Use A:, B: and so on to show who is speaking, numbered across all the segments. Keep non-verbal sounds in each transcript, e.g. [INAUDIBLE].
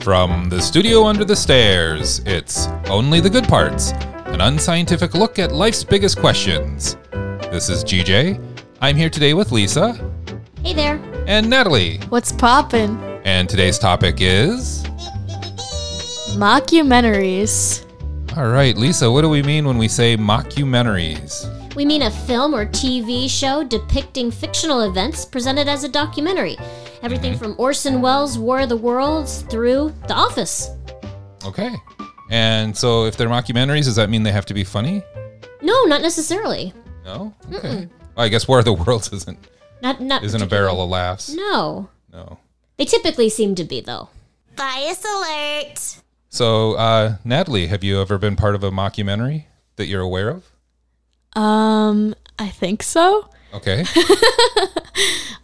A: From the studio under the stairs, it's Only the Good Parts, an unscientific look at life's biggest questions. This is GJ. I'm here today with Lisa
B: Hey there.
A: and Natalie,
C: What's poppin'?
A: and today's topic is.
C: Mockumentaries.
A: All right, Lisa, what do we mean when we say mockumentaries?
B: We mean a film or TV show depicting fictional events presented as a documentary. Everything
A: Mm-hmm.
B: from Orson Welles' War of the Worlds through The Office.
A: Okay. And so if they're mockumentaries, does that mean they have to be funny?
B: No, not necessarily.
A: No? Okay. Well, I guess War of the [LAUGHS] Worlds isn't
B: Not not
A: isn't a barrel of laughs.
B: [LAUGHS] No.
A: No.
B: They typically seem to be though.
D: Bias alert!
A: So, uh, Natalie, have you ever been part of a mockumentary that you're aware of?
C: Um, I think so.
A: [LAUGHS] Okay.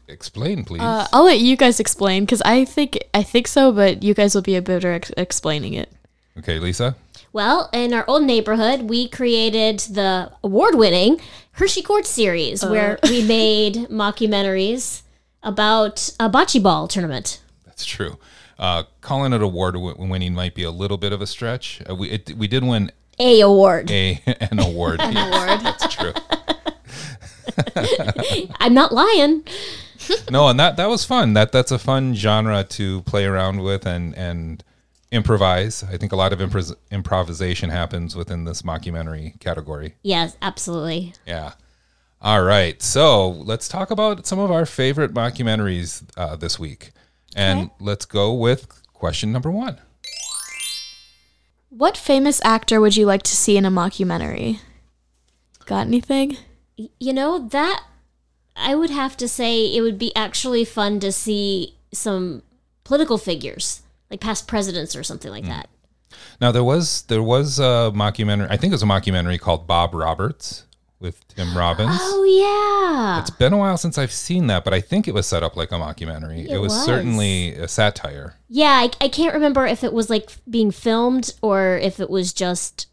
A: Explain, please.
C: Uh, I'll let you guys explain because I think I think so, but you guys will be better ex- explaining it.
A: okay, Lisa.
B: Well, in our old neighborhood, we created the award-winning Hershey Court series
D: Uh.
B: where we made
D: [LAUGHS]
B: mockumentaries about a bocce ball tournament.
A: That's true. Uh, calling it award w- winning might be a little bit of a stretch. Uh, we it, we did win
B: A award.
A: a [LAUGHS] an award. an award. That's true.
B: I'm not lying.
A: No, and that that was fun. That that's a fun genre to play around with and and improvise. I think a lot of impros- improvisation happens within this mockumentary category.
B: Yes, absolutely.
A: Yeah. All right. So let's talk about some of our favorite mockumentaries uh, this week. And let's go with question number one.
C: What famous actor would you like to see in a mockumentary? Got anything?
B: You know, that I would have to say it would be actually fun to see some political figures, like past presidents or something like that.
A: Now there was there was a mockumentary. I think it was a mockumentary called Bob Roberts with Tim Robbins.
B: Oh yeah.
A: It's been a while since I've seen that, but I think it was set up like a mockumentary. It,
B: It
A: was,
B: was.
A: certainly a satire.
B: yeah, I, I can't remember if it was like being filmed or if it was just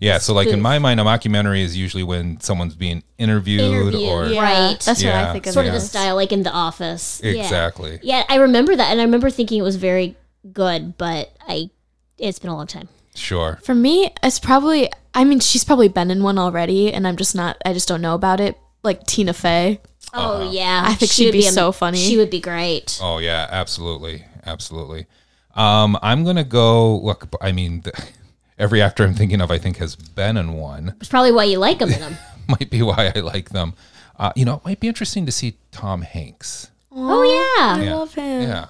A: Yeah. So like in
B: Spoof.
A: my mind, a mockumentary is usually when someone's being interviewed,
B: interviewed,
A: or
C: Yeah,
B: right?
C: That's what
A: Yeah,
C: I think of.
B: sort of
C: it
B: the
C: as.
B: style like in The Office. Yeah.
A: exactly.
B: Yeah. I remember that, and I remember thinking it was very good, but I it's been a long time.
A: Sure.
C: For me, it's probably. I mean, she's probably been in one already, and I'm just not. I just don't know about it. Like Tina Fey.
B: Oh yeah,
C: I think
B: She
C: she'd
B: would
C: be
B: am-
C: so funny.
B: She would be great.
A: Oh yeah, absolutely, absolutely. Um, I'm gonna go. Look, I mean, the, [LAUGHS] every actor I'm thinking of, I think has been in one. [LAUGHS]
B: It's probably why you like them in them.
A: Might be why I like them. Uh, you know, it might be interesting to see Tom Hanks.
B: oh yeah.
C: I love him.
A: Yeah.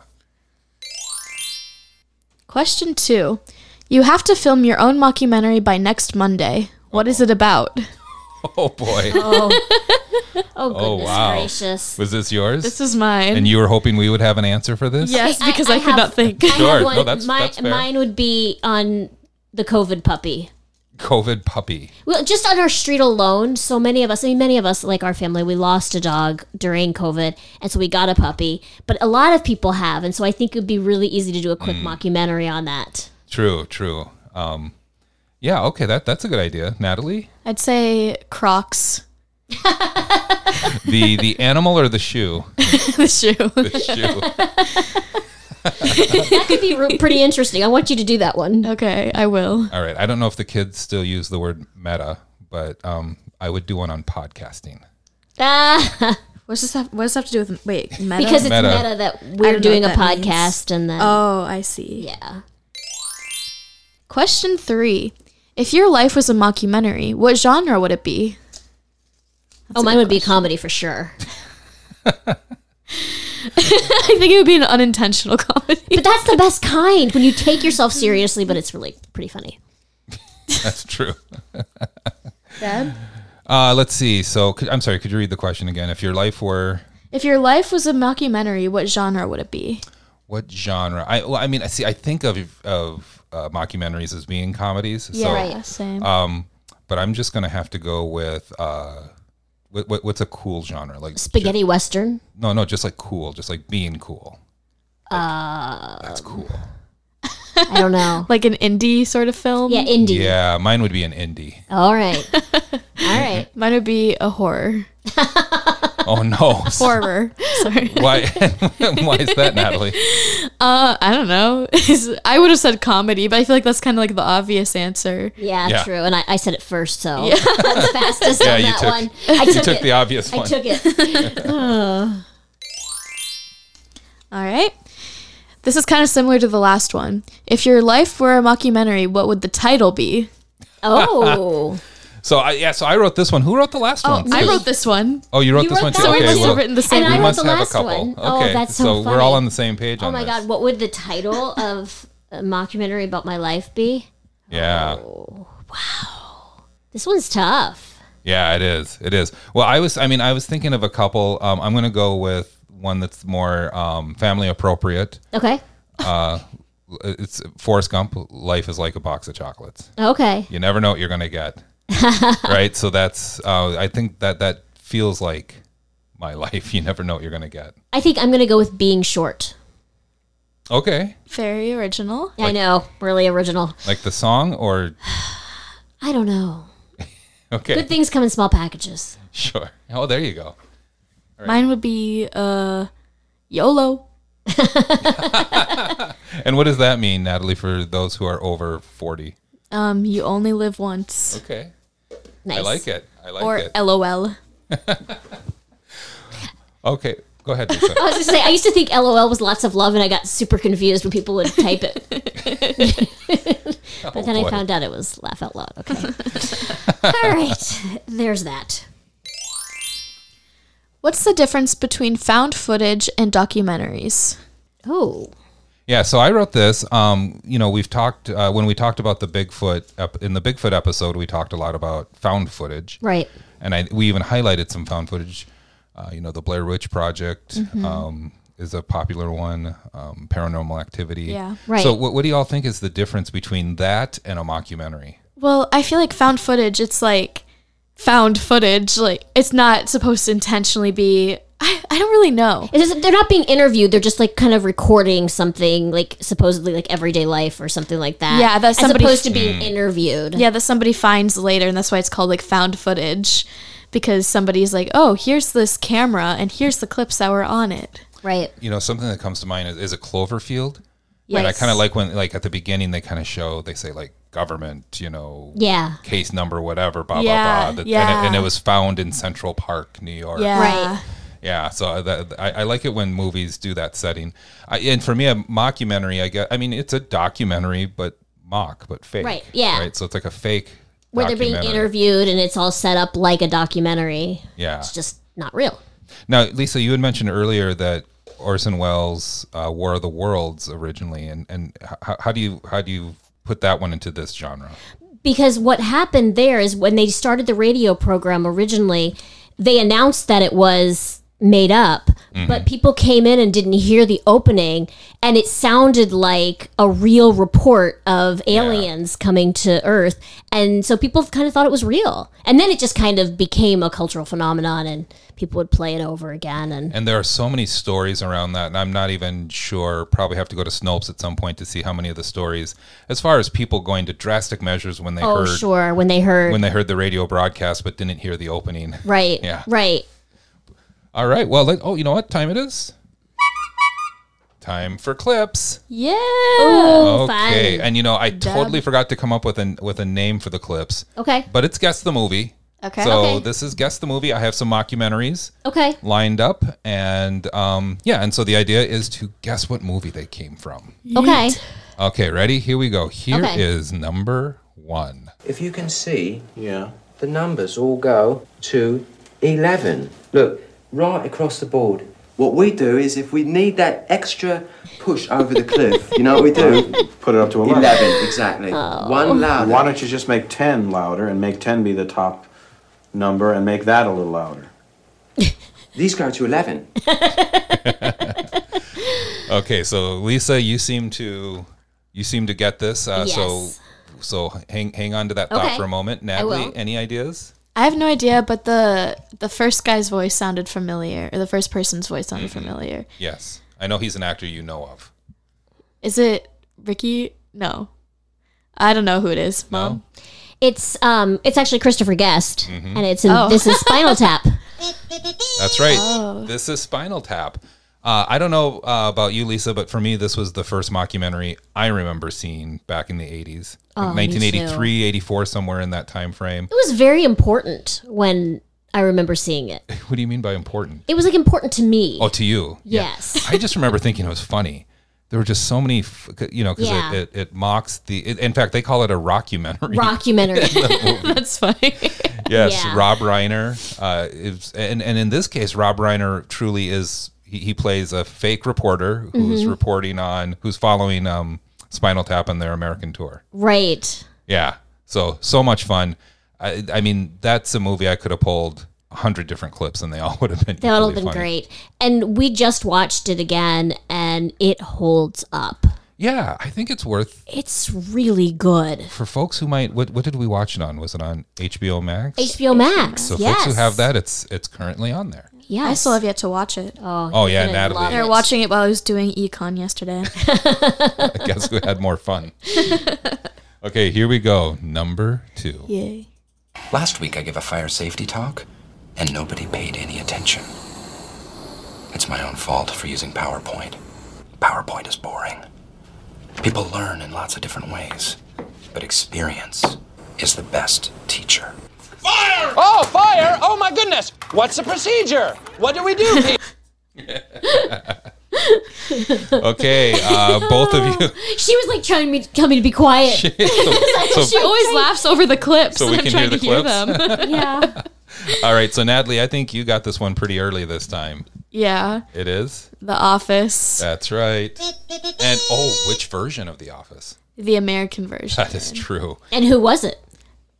C: Question two. You have to film your own mockumentary by next Monday. What is it about?
A: Oh
C: [LAUGHS]
A: boy.
B: Oh goodness
A: wow.
B: gracious.
A: Was this yours?
C: This is mine.
A: and you were hoping we would have an answer for this?
C: yes,
B: I-
C: because
B: I
C: I, could
B: have-
C: not think.
B: I
A: Sure.
B: have
A: No,
B: one.
A: that's-
B: my,
A: that's fair.
B: Mine would be on the COVID puppy.
A: COVID puppy.
B: Well, just on our street alone, so many of us, I mean, many of us, like our family, we lost a dog during COVID, and so we got a puppy. But a lot of people have, and so I think it would be really easy to do a quick
A: Mm.
B: mockumentary on that.
A: True. True. Um, yeah. Okay. That that's a good idea, Natalie.
C: [LAUGHS] I'd say Crocs. [LAUGHS]
A: The the [LAUGHS] animal or the shoe?
C: the shoe.
A: The shoe.
B: That could be re- pretty interesting. I want you to do that one.
C: [LAUGHS] Okay, I will.
A: All right. I don't know if the kids still use the word meta, but um, I would do one on podcasting. [LAUGHS]
B: Ah,
C: What does this have? What does this have to do with wait? Meta?
B: because it's
A: Meta.
B: meta, that we're
C: what
B: doing a
C: that means.
B: podcast, and then
C: oh, I see.
B: yeah.
C: Question three: If your life was a mockumentary, what genre would it be?
B: oh, mine would be comedy for sure.
C: [LAUGHS] I think it would be an unintentional [LAUGHS] comedy.
B: But that's the best kind when you take yourself seriously, but it's really pretty funny.
A: That's true. Uh, let's see. So could, I'm sorry. Could you read the question again? If your life were
C: If your life was a mockumentary, what genre would it be?
A: what genre? I well, I mean, I see. I think of of uh, mockumentaries as being comedies. so,
B: right.
C: Same.
A: Um, but I'm just gonna have to go with uh, what, what, what's a cool genre? Like
B: Spaghetti Western.
A: ju- no, no, just like cool, just like being cool. uh, that's cool.
B: I don't know.
C: like an indie sort of film. [LAUGHS]
B: Yeah, indie.
A: Yeah, mine would be an indie.
C: [LAUGHS]
B: All right. All right.
C: Mine would be a horror.
A: Oh
B: [LAUGHS]
A: no!
C: Horror. Sorry.
A: Why? [LAUGHS] why is that, Natalie?
C: [LAUGHS] Uh, I don't know. [LAUGHS] Is- I would have said comedy, but I feel like that's kind of like the obvious answer.
B: Yeah,
A: Yeah.
B: true. And I, I said it first, so I'm fastest
A: Yeah,
B: on
A: you
B: that
A: took- [LAUGHS]
B: one. I took,
A: You took
B: it.
A: the obvious one.
B: I took
A: [LAUGHS]
B: it.
C: All right. This is kind of similar to the last one. If your life were a mockumentary, what would the title be?
B: Oh,
A: so I, yeah, so I wrote this one. Who wrote the last one?
C: I wrote this one.
A: Oh, you wrote
B: You
A: this
B: wrote
A: one
B: that
A: too.
B: one? So we
A: Okay,
B: must have
A: well,
C: written the same
A: we
C: And I
B: wrote
A: must
B: the
A: have
B: last
A: a couple.
B: one. Oh,
A: Okay,
B: that's so
A: we're all
B: funny.
A: on the same page.
B: oh
A: on
B: my
A: this.
B: God! What would the title
C: [LAUGHS]
B: of a mockumentary about my life be?
A: Yeah.
B: Oh. This one's tough.
A: Yeah, it is. It is. Well, I was. I mean, I was thinking of a couple. Um, I'm going to go with one that's more um, family appropriate. Uh,
B: Okay.
A: It's Forrest Gump. Life is like a box of chocolates.
B: Okay.
A: You never know what you're going to
B: [LAUGHS]
A: get. right. So that's. Uh, I think that that feels like my [LAUGHS] life. You never know what you're going to get.
B: I think I'm gonna go with being short.
A: Okay.
C: Very original.
B: I know, really original.
A: Like the song, or
B: I don't know.
A: okay,
B: Good things come in small packages.
A: sure. Oh, there you go.
C: Mine would be uh, YOLO.
A: And what does that mean, Natalie, for those who are over forty?
C: Um, you only live once.
A: Okay,
B: Nice.
A: I like it. I like
C: Or
A: it.
C: LOL.
A: okay, go ahead. Lisa.
B: [LAUGHS] I was gonna say I used to think LOL was lots of love, and I got super confused when people would type it.
A: [LAUGHS]
B: but then
A: boy.
B: I found out it was laugh out loud. Okay.
A: [LAUGHS]
B: All right. There's that.
C: What's the difference between found footage and documentaries?
B: Oh,
A: Yeah, so I wrote this. Um, you know, we've talked uh, when we talked about the Bigfoot ep- in the Bigfoot episode. We talked a lot about found footage,
B: right.
A: and I, we even highlighted some found footage. Uh, you know, the Blair Witch Project
B: Mm-hmm.
A: um, is a popular one. Um, paranormal Activity.
C: Yeah.
B: Right.
A: So, what, what do y'all think is the difference between that and a mockumentary?
C: Well, I feel like found footage, it's like found footage. Like, it's not supposed to intentionally be. I, I don't really know.
B: It is, they're not being interviewed. They're just like kind of recording something, like supposedly like everyday life or something like that.
C: Yeah, that
B: that's as
C: somebody-
B: opposed to being
A: Mm.
B: interviewed.
C: Yeah, that somebody finds later, and that's why it's called like found footage because somebody's like, oh, here's this camera, and here's the clips that were on it.
B: Right.
A: You know, something that comes to mind is, is a Cloverfield. And I kind of like when, like at the beginning, they kind of show they say like government, you know,
B: Yeah.
A: case number, whatever, blah
C: Yeah,
A: blah blah. That- and,
C: yeah.
A: it, and it was found in Central Park, New York.
C: Yeah.
B: Right.
A: Yeah, so uh, that, I, I like it when movies do that setting. I, and for me, a mockumentary, I guess, I mean, it's a documentary, but mock, but fake.
B: Right, yeah.
A: Right, so it's like a fake.
B: Where they're being
A: documentary.
B: interviewed and it's all set up like a documentary.
A: Yeah.
B: It's just not real.
A: Now, Lisa, you had mentioned earlier that Orson Welles' uh, War of the Worlds originally, and and how, how do you how do you put that one into this genre?
B: because what happened there is when they started the radio program originally, they announced that it was made up,
A: Mm-hmm.
B: but people came in and didn't hear the opening, and it sounded like a real report of aliens coming to Earth. And so people kind of thought it was real. And then it just kind of became a cultural phenomenon, and people would play it over again. And
A: And there are so many stories around that, and I'm not even sure. Probably have to go to Snopes at some point to see how many of the stories, as far as people going to drastic measures when they
B: oh,
A: heard
B: sure, when they heard.
A: when they heard the radio broadcast but didn't hear the opening.
B: Right,
A: Yeah.
B: right.
A: [LAUGHS] All right, well, let, oh, you know what time it is? Time for clips.
C: Yeah.
B: Oh,
A: Okay,
B: fun.
A: and you know I totally forgot to come up with an with a name for the clips.
B: Okay,
A: but it's guess the movie.
C: Okay.
A: So
B: Okay.
A: this is guess the movie. I have some mockumentaries
B: okay.
A: lined up, and um, yeah, and so the idea is to guess what movie they came from.
B: Okay.
A: Okay, ready? Here we go. Here is
B: Okay.
A: number one.
E: If you can see,
F: Yeah.
E: the numbers all go to 11. Look, right across the board. What we do is if we need that extra push over the cliff, you know what we do?
F: Put it up to 11.
E: 11, exactly. One louder.
F: Why don't you just make 10 louder and make 10 be the top number and make that a little louder?
E: These go to 11.
A: Okay, so Lisa, you seem to you seem to get this. Uh, So
B: Yes.
A: so hang hang on to that thought
B: Okay.
A: for a moment.
B: will.
A: Natalie, any ideas?
C: I have no idea, but the the first guy's voice sounded familiar, or the first person's voice sounded
A: Mm-hmm.
C: familiar.
A: Yes, I know he's an actor you know of.
C: Is it Ricky? No. I don't know who it is, [LAUGHS] mom.
A: Mm-hmm.
B: It's um, it's actually Christopher Guest, and it's in,
C: Oh. [LAUGHS]
B: this is Spinal Tap.
D: It
A: That's right.
C: Oh.
A: This is Spinal Tap. Uh, I don't know uh, about you, Lisa, but for me, this was the first mockumentary I remember seeing back in the 80s.
B: Oh, me too.
A: 1983, 84, somewhere in that time frame.
B: It was very important when I remember seeing it.
A: What do you mean by important?
B: It was like important to me.
A: Oh, to you? Yeah.
B: yes.
A: I just remember thinking it was funny. There were just so many, f- you know, because
B: Yeah.
A: it, it, it mocks the. It, in fact, they call it a rockumentary. [LAUGHS]
B: Rockumentary.
C: That's funny.
A: yes,
B: Yeah.
A: Rob Reiner. Uh, is, and and in this case, Rob Reiner truly is. He, he plays a fake reporter who's
B: Mm-hmm.
A: reporting on who's following um, Spinal Tap on their American tour.
B: right.
A: Yeah. So so much fun. I, I mean, that's a movie I could have pulled a hundred different clips, and they all would have been.
B: That would
A: equally
B: have been
A: funny.
B: great. And we just watched it again and it holds up.
A: Yeah, I think it's worth
B: It's really good.
A: for folks who might. What what did we watch it on? Was it on HBO Max?
B: HBO Max.
A: so
B: yes.
A: folks who have that, it's it's currently on there.
B: Yes.
C: I still have yet to watch it.
B: Oh,
A: Oh,
B: you're
A: yeah,
B: gonna
A: Natalie.
B: love
C: I
B: it.
C: were watching it while I was doing econ yesterday.
A: I guess who had more
C: [LAUGHS]
A: fun. Okay, here we go. Number two.
C: Yay.
G: Last week I gave a fire safety talk, and nobody paid any attention. It's my own fault for using PowerPoint. PowerPoint is boring. People learn in lots of different ways, but experience is the best teacher.
H: Oh, fire! Oh my goodness! What's the procedure? What do we do? Pete?
A: Okay,
C: [LAUGHS]
A: uh, both of you.
B: She was like trying to tell me to be [LAUGHS] quiet.
A: [LAUGHS] So,
C: She always laughs over the clips
A: So we
C: when I'm
A: can
C: trying
A: hear
C: to
A: the
C: hear
A: clips?
C: them. [LAUGHS]
B: yeah.
A: all right, so Natalie, I think you got this one pretty early this time.
C: yeah.
A: It is.
C: The Office.
A: That's right. And oh, which version of The Office?
C: The American
A: [LAUGHS]
C: version.
A: That is true.
B: And who was it?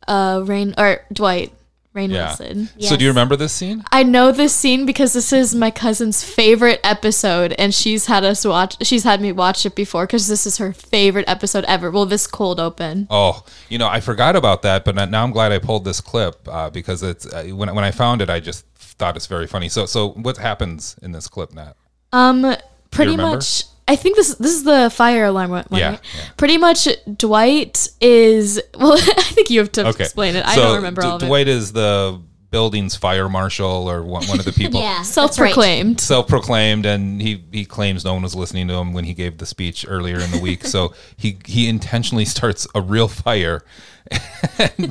C: Uh Rain or Dwight. Rain
A: Yeah.
C: Wilson.
A: So do you
B: Yes.
A: remember this scene?
C: I know this scene because this is my cousin's favorite episode, and she's had us watch. She's had me watch it before because this is her favorite episode ever. Well, this cold open.
A: Oh, you know, I forgot about that, but now I'm glad I pulled this clip uh, because it's uh, when I- when I found it, I just thought it's very funny. So so what happens in this clip, Nat?
C: Um, pretty
A: remember?
C: much. I think this this is the fire alarm one. one,
A: Yeah,
C: right?
A: yeah.
C: Pretty much, Dwight is. [LAUGHS] Well, I think you have to
A: Okay,
C: explain it. I
A: So
C: don't remember
A: D-
C: all of it.
A: Dwight is the building's fire marshal or one, one of
C: [LAUGHS]
A: the people.
B: Yeah. that's right.
C: Self-proclaimed.
A: self-proclaimed and he he claims no one was listening to him when he gave the speech earlier in the week
C: [LAUGHS]
A: so he he intentionally starts a real fire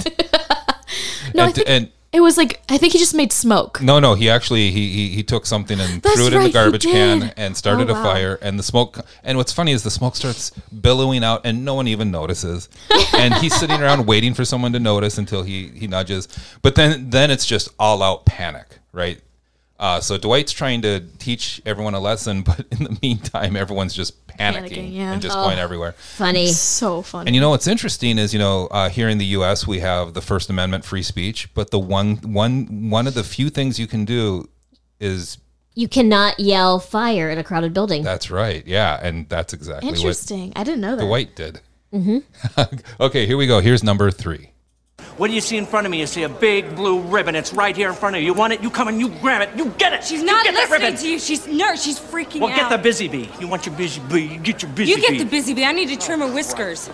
A: and
C: No, I
A: and,
C: think-
A: and-
C: It was like I think he just made smoke.
A: no no he actually he he, he took something and
C: That's
A: threw it in
C: right,
A: the
C: he
A: garbage can
C: did.
A: and started
C: Oh,
A: a
C: wow.
A: fire and the smoke and what's funny is the smoke starts billowing out and no one even notices
C: [LAUGHS]
A: and he's sitting around waiting for someone to notice until he he nudges but then then it's just all out panic right uh, so Dwight's trying to teach everyone a lesson, [LAUGHS] but in the meantime, everyone's just panicking,
C: Panicking, yeah. Oh.
A: and just going everywhere.
B: Funny.
C: So funny.
A: And you know what's interesting is you know uh, here in the U.S. we have the First Amendment, free speech, but the one one one of the few things you can do is
B: You cannot yell fire in a crowded building.
A: that's right, yeah, and that's exactly what
C: Interesting. I didn't know that.
A: Dwight did. Mm-hmm. [LAUGHS] okay, here we go. Here's number three.
H: What do you see in front of me? You see a big blue ribbon. It's right here in front of you. You want it? You come and you grab it. You get it.
I: She's
H: You
I: not
H: get that
I: listening
H: ribbon.
I: to you. She's no, she's freaking
H: Well,
I: out.
H: get the busy bee. You want your busy bee. You get your busy
I: you
H: bee.
I: get the busy bee. I need to trim her whiskers.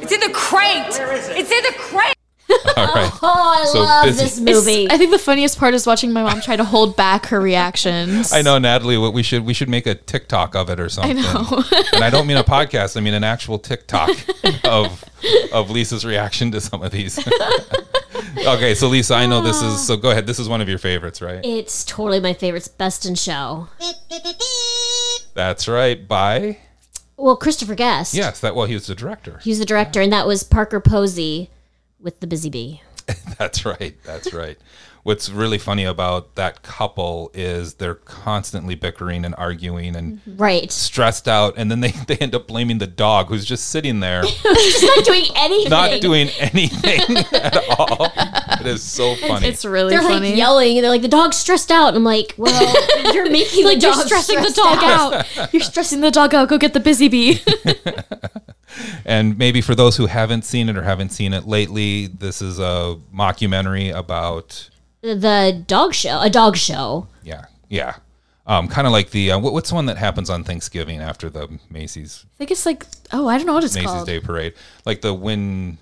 I: It's in the crate.
H: Where is it?
I: It's in the crate.
A: All right.
B: Oh, I
A: So
B: love
A: busy.
B: this
C: It's-
B: movie.
C: I think the funniest part is watching my mom try to hold back her reactions.
A: [LAUGHS] I know, Natalie. What we should we should make a TikTok of it or something. and I don't mean a podcast. I mean an actual TikTok of of Lisa's reaction to some of these. [LAUGHS] okay, so Lisa, I know this is so. Go ahead. This is one of your favorites, right?
B: It's totally my favorite. It's best in show.
A: That's right. By
B: Well, Christopher Guest.
A: yes, that well, he was the director.
B: He was the director, and that was Parker Posey with the Busy Bee.
A: [LAUGHS] That's right. That's right. What's really funny about that couple is they're constantly bickering and arguing and
B: Mm-hmm. Right.
A: stressed out, and then they, [LAUGHS] they end up blaming the dog who's just sitting there
B: He's not
C: [LAUGHS]
B: doing anything.
A: not doing anything at all. It is so funny.
C: It's really
B: They're
C: funny.
B: like yelling, and they're like, "The dog's stressed out." And I'm like, [LAUGHS] "Well, you're making the
C: Like, you're
B: dog
C: stressing the dog
A: [LAUGHS]
C: out. You're stressing the dog out. Go get the busy bee.
A: and maybe for those who haven't seen it or haven't seen it lately, this is a mockumentary about
B: [LAUGHS] The dog show, a dog show.
A: yeah, yeah, um, kind of like the uh, what, what's the one that happens on Thanksgiving after the Macy's
C: I think it's like oh, I don't know what it's
A: Macy's
C: called.
A: Day Parade, like the Win,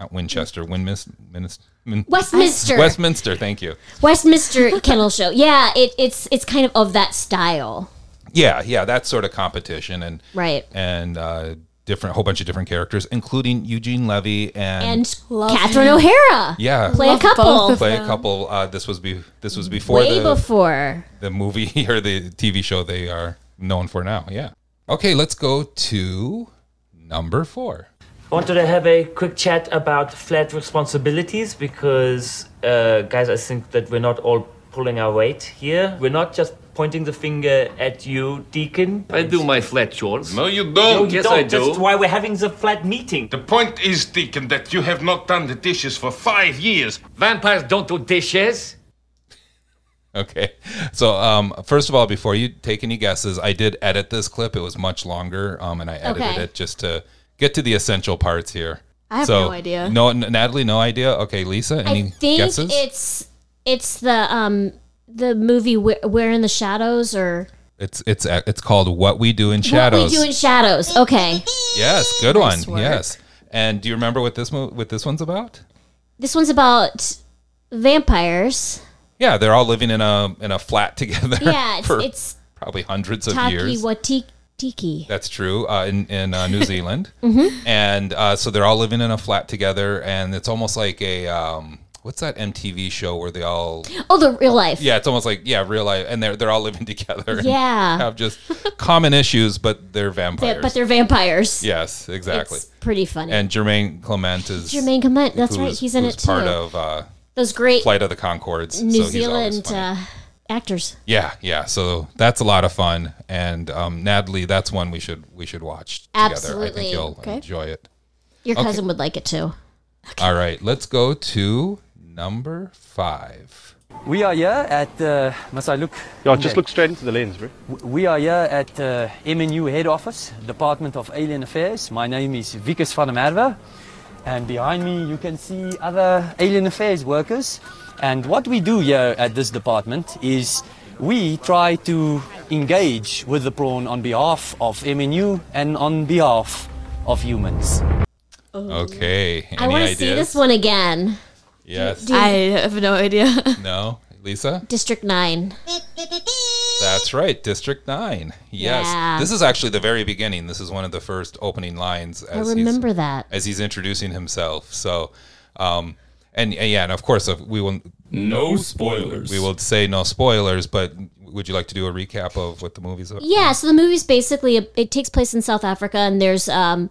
A: not Winchester, Win Miss, Minis-
B: Westminster.
A: Westminster, thank you.
B: Westminster Kennel Show. Yeah, it, it's it's kind of of that style,
A: Yeah, yeah, that sort of competition and
B: right?
A: and uh, different whole bunch of different characters, including Eugene Levy and,
B: And Catherine O'Hara
A: yeah,
B: play a
C: Love both
B: couple
C: of
A: play a couple. Uh, this was be this was before
B: way
A: the
B: before.
A: the movie [LAUGHS] or the TV show they are known for now. Yeah. Okay, let's go to number four.
J: wanted to have a quick chat about flat responsibilities because, uh, guys, I think that we're not all pulling our weight here. We're not just pointing the finger at you, Deacon.
K: I do my flat chores.
L: No, you don't.
J: You
L: yes,
J: don't.
L: I do.
J: That's why we're having the flat meeting.
L: The point is, Deacon, that you have not done the dishes for five years.
K: Vampires don't do dishes.
A: Okay. So, um, first of all, before you take any guesses, I did edit this clip. It was much longer, um, and I edited
B: Okay.
A: it just to get to the essential parts here.
C: I have
A: so,
C: no idea.
A: No, N- Natalie, no idea. Okay, Lisa, any
B: I think
A: guesses?
B: it's it's the um the movie Where, Where in the Shadows or
A: it's it's uh, it's called What We Do in
B: What
A: Shadows.
B: We Do in Shadows. Okay,
A: yes, good one.
C: work.
A: Yes. And do you remember what this mo- what this one's about?
B: this one's about
A: [LAUGHS]
B: vampires.
A: Yeah, they're all living in a in a flat [LAUGHS] together.
B: Yeah, it's,
A: for
B: it's
A: probably hundreds of
B: Taki
A: years.
B: Watiki. Tiki.
A: That's true. Uh, in in uh,
B: [LAUGHS]
A: New Zealand,
B: Mm-hmm.
A: and uh, so they're all living in a flat together, and it's almost like a um, what's that MTV show where they all
B: [GASPS] Oh, the real life.
A: yeah, it's almost like yeah, real life, and they're they're all living [LAUGHS] together. And
B: Yeah.
A: have just common issues, but they're
B: They-
A: vampires.
B: but they're vampires.
A: yes, exactly.
B: It's pretty funny.
A: And Jermaine Clement is
B: Jermaine Clement, that's right,
A: who's-
B: he's in
A: who's
B: it too.
A: Part of uh,
B: Those great
A: Flight of the Concords.
B: New
A: so he's always
B: Zealand
A: funny.
B: uh, actors.
A: yeah, yeah. So that's a lot of fun, and um, Natalie, that's one we should we should watch together. I
B: Absolutely.
A: think you'll
C: Okay.
A: enjoy it.
B: Your cousin would like it too.
A: All right, let's go to number five.
J: We are here at. Uh, must I look?
K: Yeah, just look straight into the lens, bro.
J: We are here at uh, MNU head office, Department of Alien Affairs. My name is Vikas van der Merwe, and behind me you can see other Alien Affairs workers. And what we do here at this department is we try to engage with the prawn on behalf of MNU and on behalf of humans.
A: Okay. Any
B: I want to
A: ideas?
B: see this one again.
A: Yes.
C: I have no idea. [LAUGHS]
A: No. Lisa?
B: District 9.
A: That's right. District 9. Yes.
B: Yeah.
A: This is actually the very beginning. This is one of the first opening lines
B: I
A: as
B: remember
A: he's,
B: that.
A: as he's introducing himself. So, um, and, and yeah, and of course, if we will
L: No spoilers.
A: we will say no spoilers, but would you like to do a recap of what the movie's about?
B: Yeah, so the movie's basically it takes place in South Africa, and there's um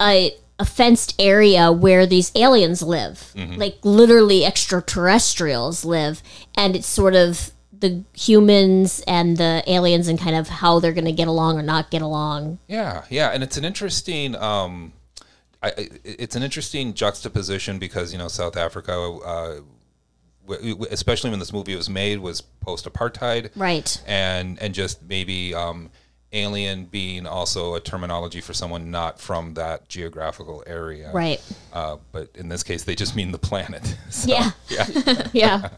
B: a a fenced area where these aliens live,
A: Mm-hmm.
B: like literally extraterrestrials live, and it's sort of the humans and the aliens and kind of how they're going to get along or not get along.
A: Yeah, yeah, and it's an interesting. Um, I, I- it's an interesting juxtaposition because you know South Africa, uh, w- w- especially when this movie was made, was post-apartheid,
B: Right.
A: And and just maybe um, alien being also a terminology for someone not from that geographical area,
B: Right.
A: Uh, but in this case, they just mean the planet. [LAUGHS] So,
B: Yeah. [LAUGHS] Yeah.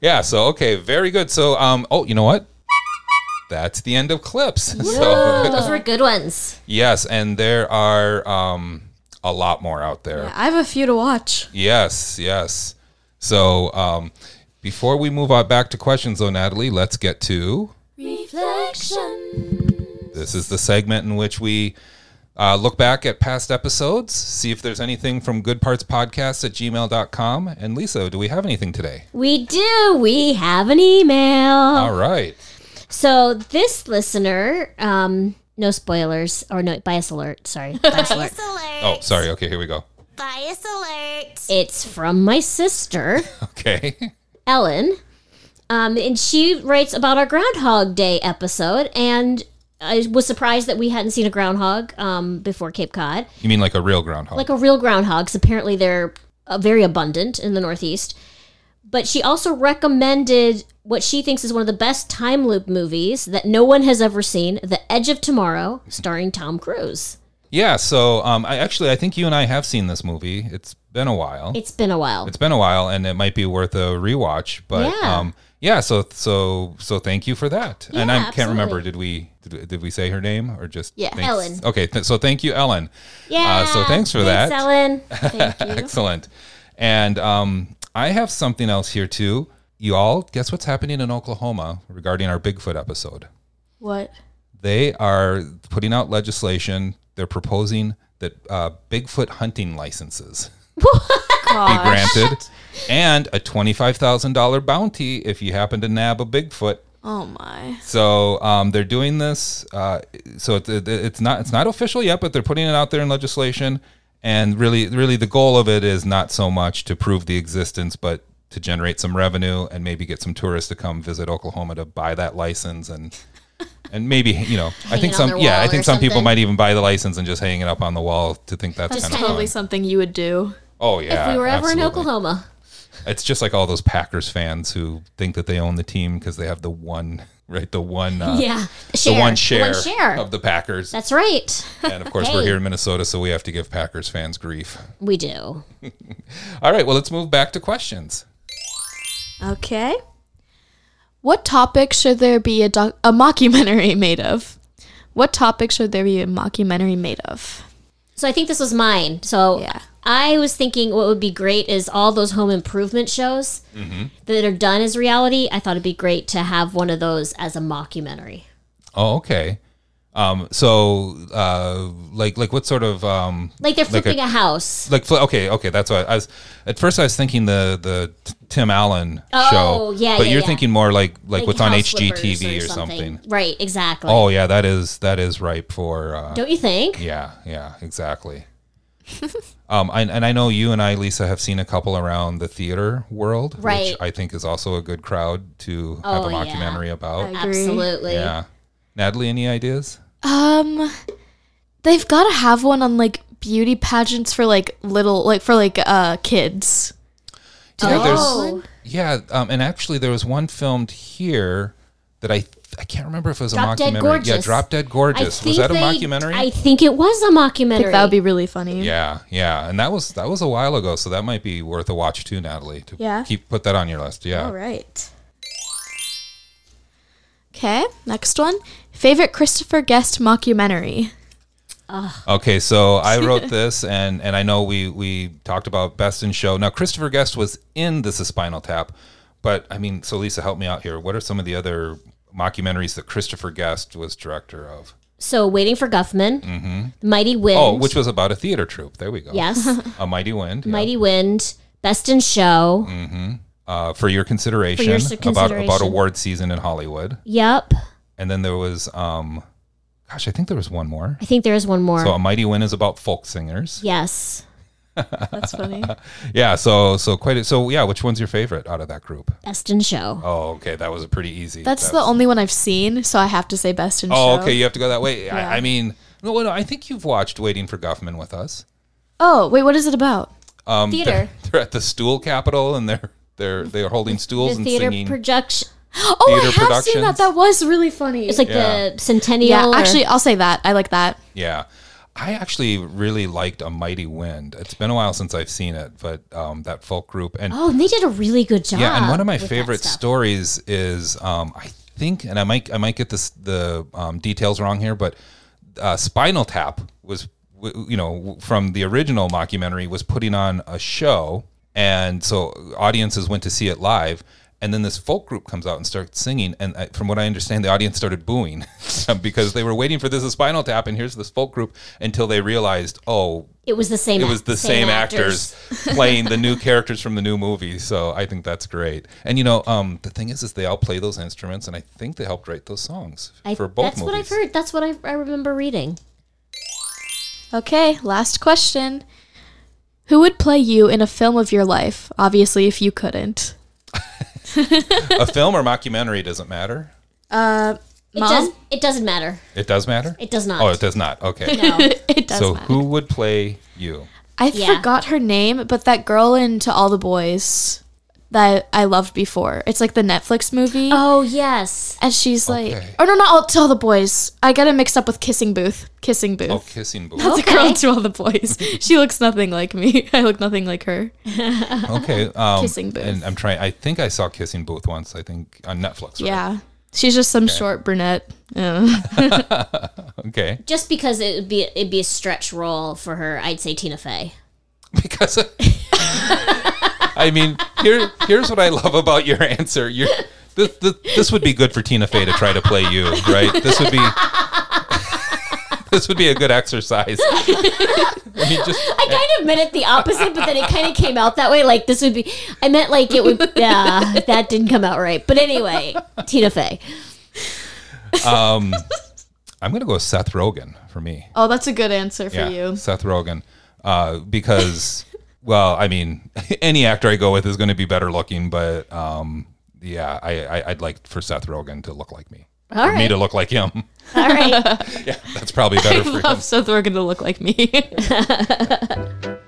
A: yeah. So okay, very good. So um, oh, you know what? That's the end of clips. [LAUGHS] So.
B: Those were good ones.
A: Yes, and there are um, a lot more out there.
C: I have a few to watch.
A: Yes, yes. So um, before we move on back to questions, though, Natalie, let's get to reflection. This is the segment in which we uh, look back at past episodes, see if there's anything from Good Parts Podcast at gmail.com. And Lisa, do we have anything today?
B: We do. We have an email.
A: All right.
B: So this listener, um, no spoilers or no bias alert. Sorry,
D: [LAUGHS]
B: bias alert.
D: Bias alert.
A: Oh, sorry. Okay, here we go. [LAUGHS]
D: Bias alert.
B: It's from my sister,
A: Okay.
B: Ellen. Um, and she writes about our Groundhog Day episode. And I was surprised that we hadn't seen a groundhog um, before Cape Cod,
A: You mean like a real groundhog?
B: like a real groundhog, 'cause apparently they're uh, very abundant in the Northeast. But she also recommended what she thinks is one of the best time loop movies that no one has ever seen The Edge of Tomorrow, starring Tom Cruise.
A: yeah. So um, I actually, I think you and I have seen this movie. It's been a while.
B: It's been a while.
A: it's been a while and it might be worth a rewatch but
B: Yeah.
A: um yeah so so so thank you for that and i
B: Yeah,
A: can't remember
B: absolutely.
A: did we did, we- did we say her name or just
C: Yeah.
A: thanks-
B: Ellen.
A: okay th- uh, so thank you ellen
B: yeah.
A: so thanks for that. [LAUGHS]
B: Ellen. [LAUGHS]
C: Thank you.
A: excellent And um, I have something else here too. You all, guess what's happening in Oklahoma regarding our Bigfoot episode?
C: What?
A: They are putting out legislation. They're proposing that uh, Bigfoot hunting licenses be granted and a $25,000 bounty if you happen to nab a Bigfoot.
C: Oh my.
A: So um, they're doing this. Uh, so it, it, it's not it's not official yet, but they're putting it out there in legislation. And really, really, the goal of it is not so much to prove the existence, but to generate some revenue and maybe get some tourists to come visit Oklahoma to buy that license and and maybe you know I
C: Hang
A: think
C: it on
A: some
C: their
A: yeah
C: wall
A: I
C: or
A: think some people
C: something.
A: might even buy the license and just hang it up on the wall to think that's
C: That's
A: kind of
C: probably
A: fun.
C: something you would do.
A: Oh yeah,
B: if we were ever
A: absolutely.
B: in Oklahoma,
A: It's just like all those Packers fans who think that they own the team because they have the one, right? The one, uh,
B: Yeah,
A: the
B: share.
A: one
B: The
A: share,
B: one share.
A: of the Packers.
B: that's right.
A: and of course, we're here in Minnesota, so we have to give Packers fans grief.
B: We do.
A: All right, well, let's move back to questions.
C: Okay. What topic should there be a, doc- a mockumentary [LAUGHS] made of? What topic should there be a mockumentary made of?
B: So I think this was mine. So I was thinking what would be great is all those home improvement shows
A: Mm-hmm.
B: that are done as reality. I thought it'd be great to have one of those as a mockumentary.
A: Oh, okay. Um, so, uh, like, like what sort of um,
B: Like they're flipping a house.
A: Like, fli- okay, okay, that's what I was. At first, I was thinking the the T- Tim Allen
B: Oh,
A: show.
B: yeah,
A: But
B: yeah,
A: you're
B: yeah.
A: thinking more like like,
B: Like
A: what's on
B: House Flippers
A: HGTV or,
B: or
A: something.
B: Right, exactly.
A: Oh yeah, that is that is ripe for. Uh,
B: Don't you think?
A: Yeah, yeah, exactly. [LAUGHS] um, and, and I know you and I, Lisa, have seen a couple around the theater world,
B: Right.
A: which I think is also a good crowd to have
B: Oh,
A: a
B: yeah.
A: mockumentary about.
C: I agree. Absolutely.
A: Yeah. Natalie, any ideas?
C: Um, they've got to have one on like beauty pageants for like little, like for like uh kids.
A: Yeah, there's-
C: Oh.
A: yeah, um, and actually there was one filmed here that I I can't remember if it was a
B: Drop Dead
A: mockumentary. Yeah,
B: Gorgeous.
A: Drop Dead Gorgeous.
B: I
A: Was
B: think
A: that a
B: they-
A: mockumentary?
B: I think it was a
C: I
B: mockumentary.
C: think that would be really funny.
A: yeah, yeah, and that was that was a while ago, so that might be worth a watch too, Natalie. To
C: Yeah.
A: keep put that on your list. Yeah,
B: Oh,
C: All right. Okay, next one. Favorite Christopher Guest mockumentary.
A: Okay, so
B: [LAUGHS]
A: I wrote this, and and I know we we talked about Best in Show. Now Christopher Guest was in This Is Spinal Tap, but I mean, so Lisa, help me out here. What are some of the other mockumentaries that Christopher Guest was director of?
B: So waiting for Guffman,
A: Mm-hmm.
B: Mighty Wind.
A: Oh, which was about a theater troupe. There we go.
B: Yes.
A: [LAUGHS] a Mighty Wind. yeah.
B: Mighty Wind, Best in Show.
A: Mm-hmm. Uh, for your consideration, about about
B: consideration.
A: award season in Hollywood,
B: Yep.
A: and then there was um, gosh, I think there was one more.
B: I think there is one more.
A: So um, a Mighty Wind is about folk singers.
B: yes. That's funny.
A: [LAUGHS] Yeah, so so quite a, so yeah. Which one's your favorite out of that group?
B: Best in Show.
A: Oh, okay, that was a pretty easy.
C: That's
A: that
C: the
A: was-
C: only one I've seen, so I have to say Best in
A: Oh,
C: Show.
A: okay, you have to go that way.
C: Yeah.
A: I, I mean, no, well, no, I think you've watched Waiting for Guffman with us.
C: Oh, wait, what is it about? [GASPS]
A: Um, [LAUGHS]
C: Theater.
A: They're, they're at the stool capital, and they're they're they're holding stools
B: The
A: and
B: theater
A: singing.
B: production.
C: Oh,
A: Theater
C: I have seen that.
A: productions.
C: That was really funny.
B: It's like
A: Yeah.
B: the Centennial.
C: Yeah,
B: or-
C: actually, I'll say that. I like that.
A: yeah, I actually really liked A Mighty Wind. It's been a while since I've seen it, but um, that folk group and
B: Oh, and they did a really good job.
A: Yeah, and one of my
B: with that
A: favorite
B: stuff.
A: stories is um, I think, and I might I might get this the um, details wrong here, but uh, Spinal Tap was w- you know w- from the original mockumentary was putting on a show, and so audiences went to see it live. And then this folk group comes out and starts singing, and I, from what I understand, the audience started booing [LAUGHS] because they were waiting for this is Spinal Tap, and here's this folk group until they realized, oh,
B: It was the same
A: it
B: act-
A: was the same,
B: same
A: actors, playing the new characters from the new movie. So I think that's great. And you know, um, the thing is, is they all play those instruments, and I think they helped write those songs
B: I-
A: for both
B: That's
A: movies.
B: what I've heard. That's what I, I remember reading.
C: Okay, last question. Who would play you in a film of your life? Obviously, if you couldn't.
A: A film or mockumentary doesn't matter.
C: Uh,
B: It
C: Mom? [LAUGHS]
B: does. It doesn't matter.
A: It does matter.
B: It does not.
A: Oh, it does not. Okay.
B: No.
A: [LAUGHS]
B: It
C: does
A: So
C: matter.
A: who would play you?
C: I
B: Yeah.
C: forgot her name, but that girl in To All the Boys that I loved before. It's like the Netflix movie.
B: Oh yes.
C: And she's like, oh no, not all, To All the Boys. I got it mixed up with Kissing Booth. Kissing Booth.
A: Oh, kissing booth.
C: Not [LAUGHS] the girl in To All the Boys.
A: [LAUGHS]
C: she looks nothing like me. [LAUGHS] I look nothing like her.
A: Okay. Um,
C: Kissing Booth.
A: And I'm trying. I think I saw Kissing Booth once. I think on Netflix. right?
C: Yeah. She's just some short brunette. Yeah.
A: Okay.
B: Just because it would be
A: [LAUGHS]
B: it'd be a stretch role for her, I'd say Tina Fey.
A: Because I mean, here here's what I love about your answer. You're, this, this, this would be good for Tina Fey to try to play you, right? This would be [LAUGHS] this would be a good exercise. I mean, just
B: I kind of meant it the opposite, but then it kind of came out that way. Like this would be, I meant like it would. Yeah, that didn't come out right. But anyway, Tina Fey.
A: um, I'm gonna go Seth Rogen for me.
C: Oh, that's a good answer for you.
A: Seth Rogen. Uh, because, well, I mean, [LAUGHS] any actor I go with is going to be better looking, but um, yeah, I, I, I'd like for Seth Rogen to look like me.
C: All
A: for me
C: right.
A: to look like him. [LAUGHS]
B: All right.
A: Yeah, that's probably better
C: I
A: for
C: love
A: him.
C: Seth Rogen to look like me. [LAUGHS]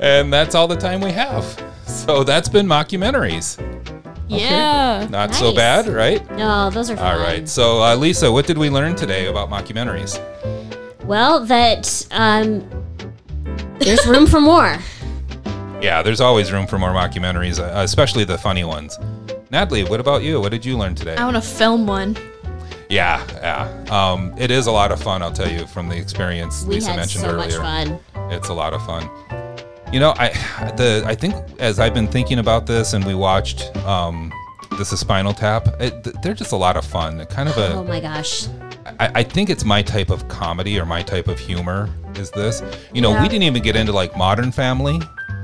A: And that's all the time we have. So that's been mockumentaries.
C: Yeah.
A: Not so bad, right?
B: No, those are fun.
A: All right. So, uh, Lisa, what did we learn today about mockumentaries?
B: Well, that um, there's room for more.
A: Yeah, there's always room for more mockumentaries, uh, especially the funny ones. Natalie, what about you? What did you learn today?
C: I
B: Um,
C: want to film one.
A: Yeah, yeah. Um, it is a lot of fun, I'll tell you, from the experience
B: We
A: Lisa
B: had
A: mentioned
B: so
A: earlier.
B: much fun.
A: It's a lot of fun. You know, I the I think as I've been thinking about this, and we watched um, this is Spinal Tap. It, th- they're just a lot of fun. Kind of a
B: Oh my gosh.
A: I, I think it's my type of comedy or my type of humor is this. You know,
C: Yeah.
A: we didn't even get into like Modern Family,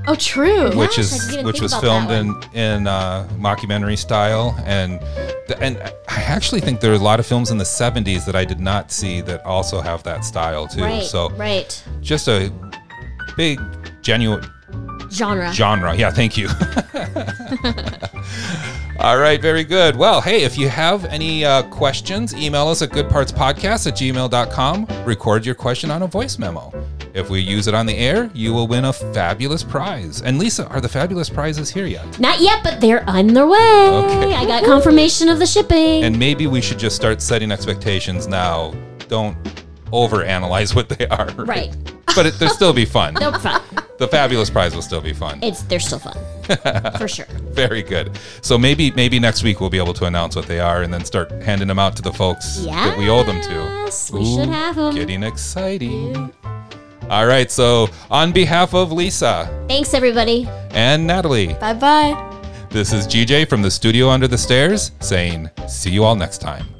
C: Oh, true.
A: which is which was filmed in in uh, mockumentary style, and th- and I actually think there are a lot of films in the '70s that I did not see that also have that style too.
B: Right.
A: so
B: right.
A: just a big genuine
B: Genre.
A: genre. Yeah, thank you. [LAUGHS] All right, very good. Well, hey, if you have any uh, questions, email us at goodpartspodcast at gmail.com. Record your question on a voice memo. If we use it on the air, you will win a fabulous prize. And Lisa, are the fabulous prizes here yet?
B: Not yet, but they're on their way. I got confirmation of the shipping.
A: And maybe we should just start setting expectations now. Don't overanalyze what they are.
B: Right.
A: But it,
B: [LAUGHS]
A: they'll still be fun.
B: They're fun.
A: The fabulous prize will still be fun.
B: Oh, It's they're
A: [LAUGHS]
B: still fun. For sure.
A: Very good. So maybe maybe next week we'll be able to announce what they are and then start handing them out to the folks that we owe them to.
B: Yes, we should have 'em.
A: Getting exciting. All right. So on behalf of Lisa
B: Thanks everybody.
A: and Natalie,
C: Bye bye.
A: this is GJ from the studio under the stairs saying, see you all next time.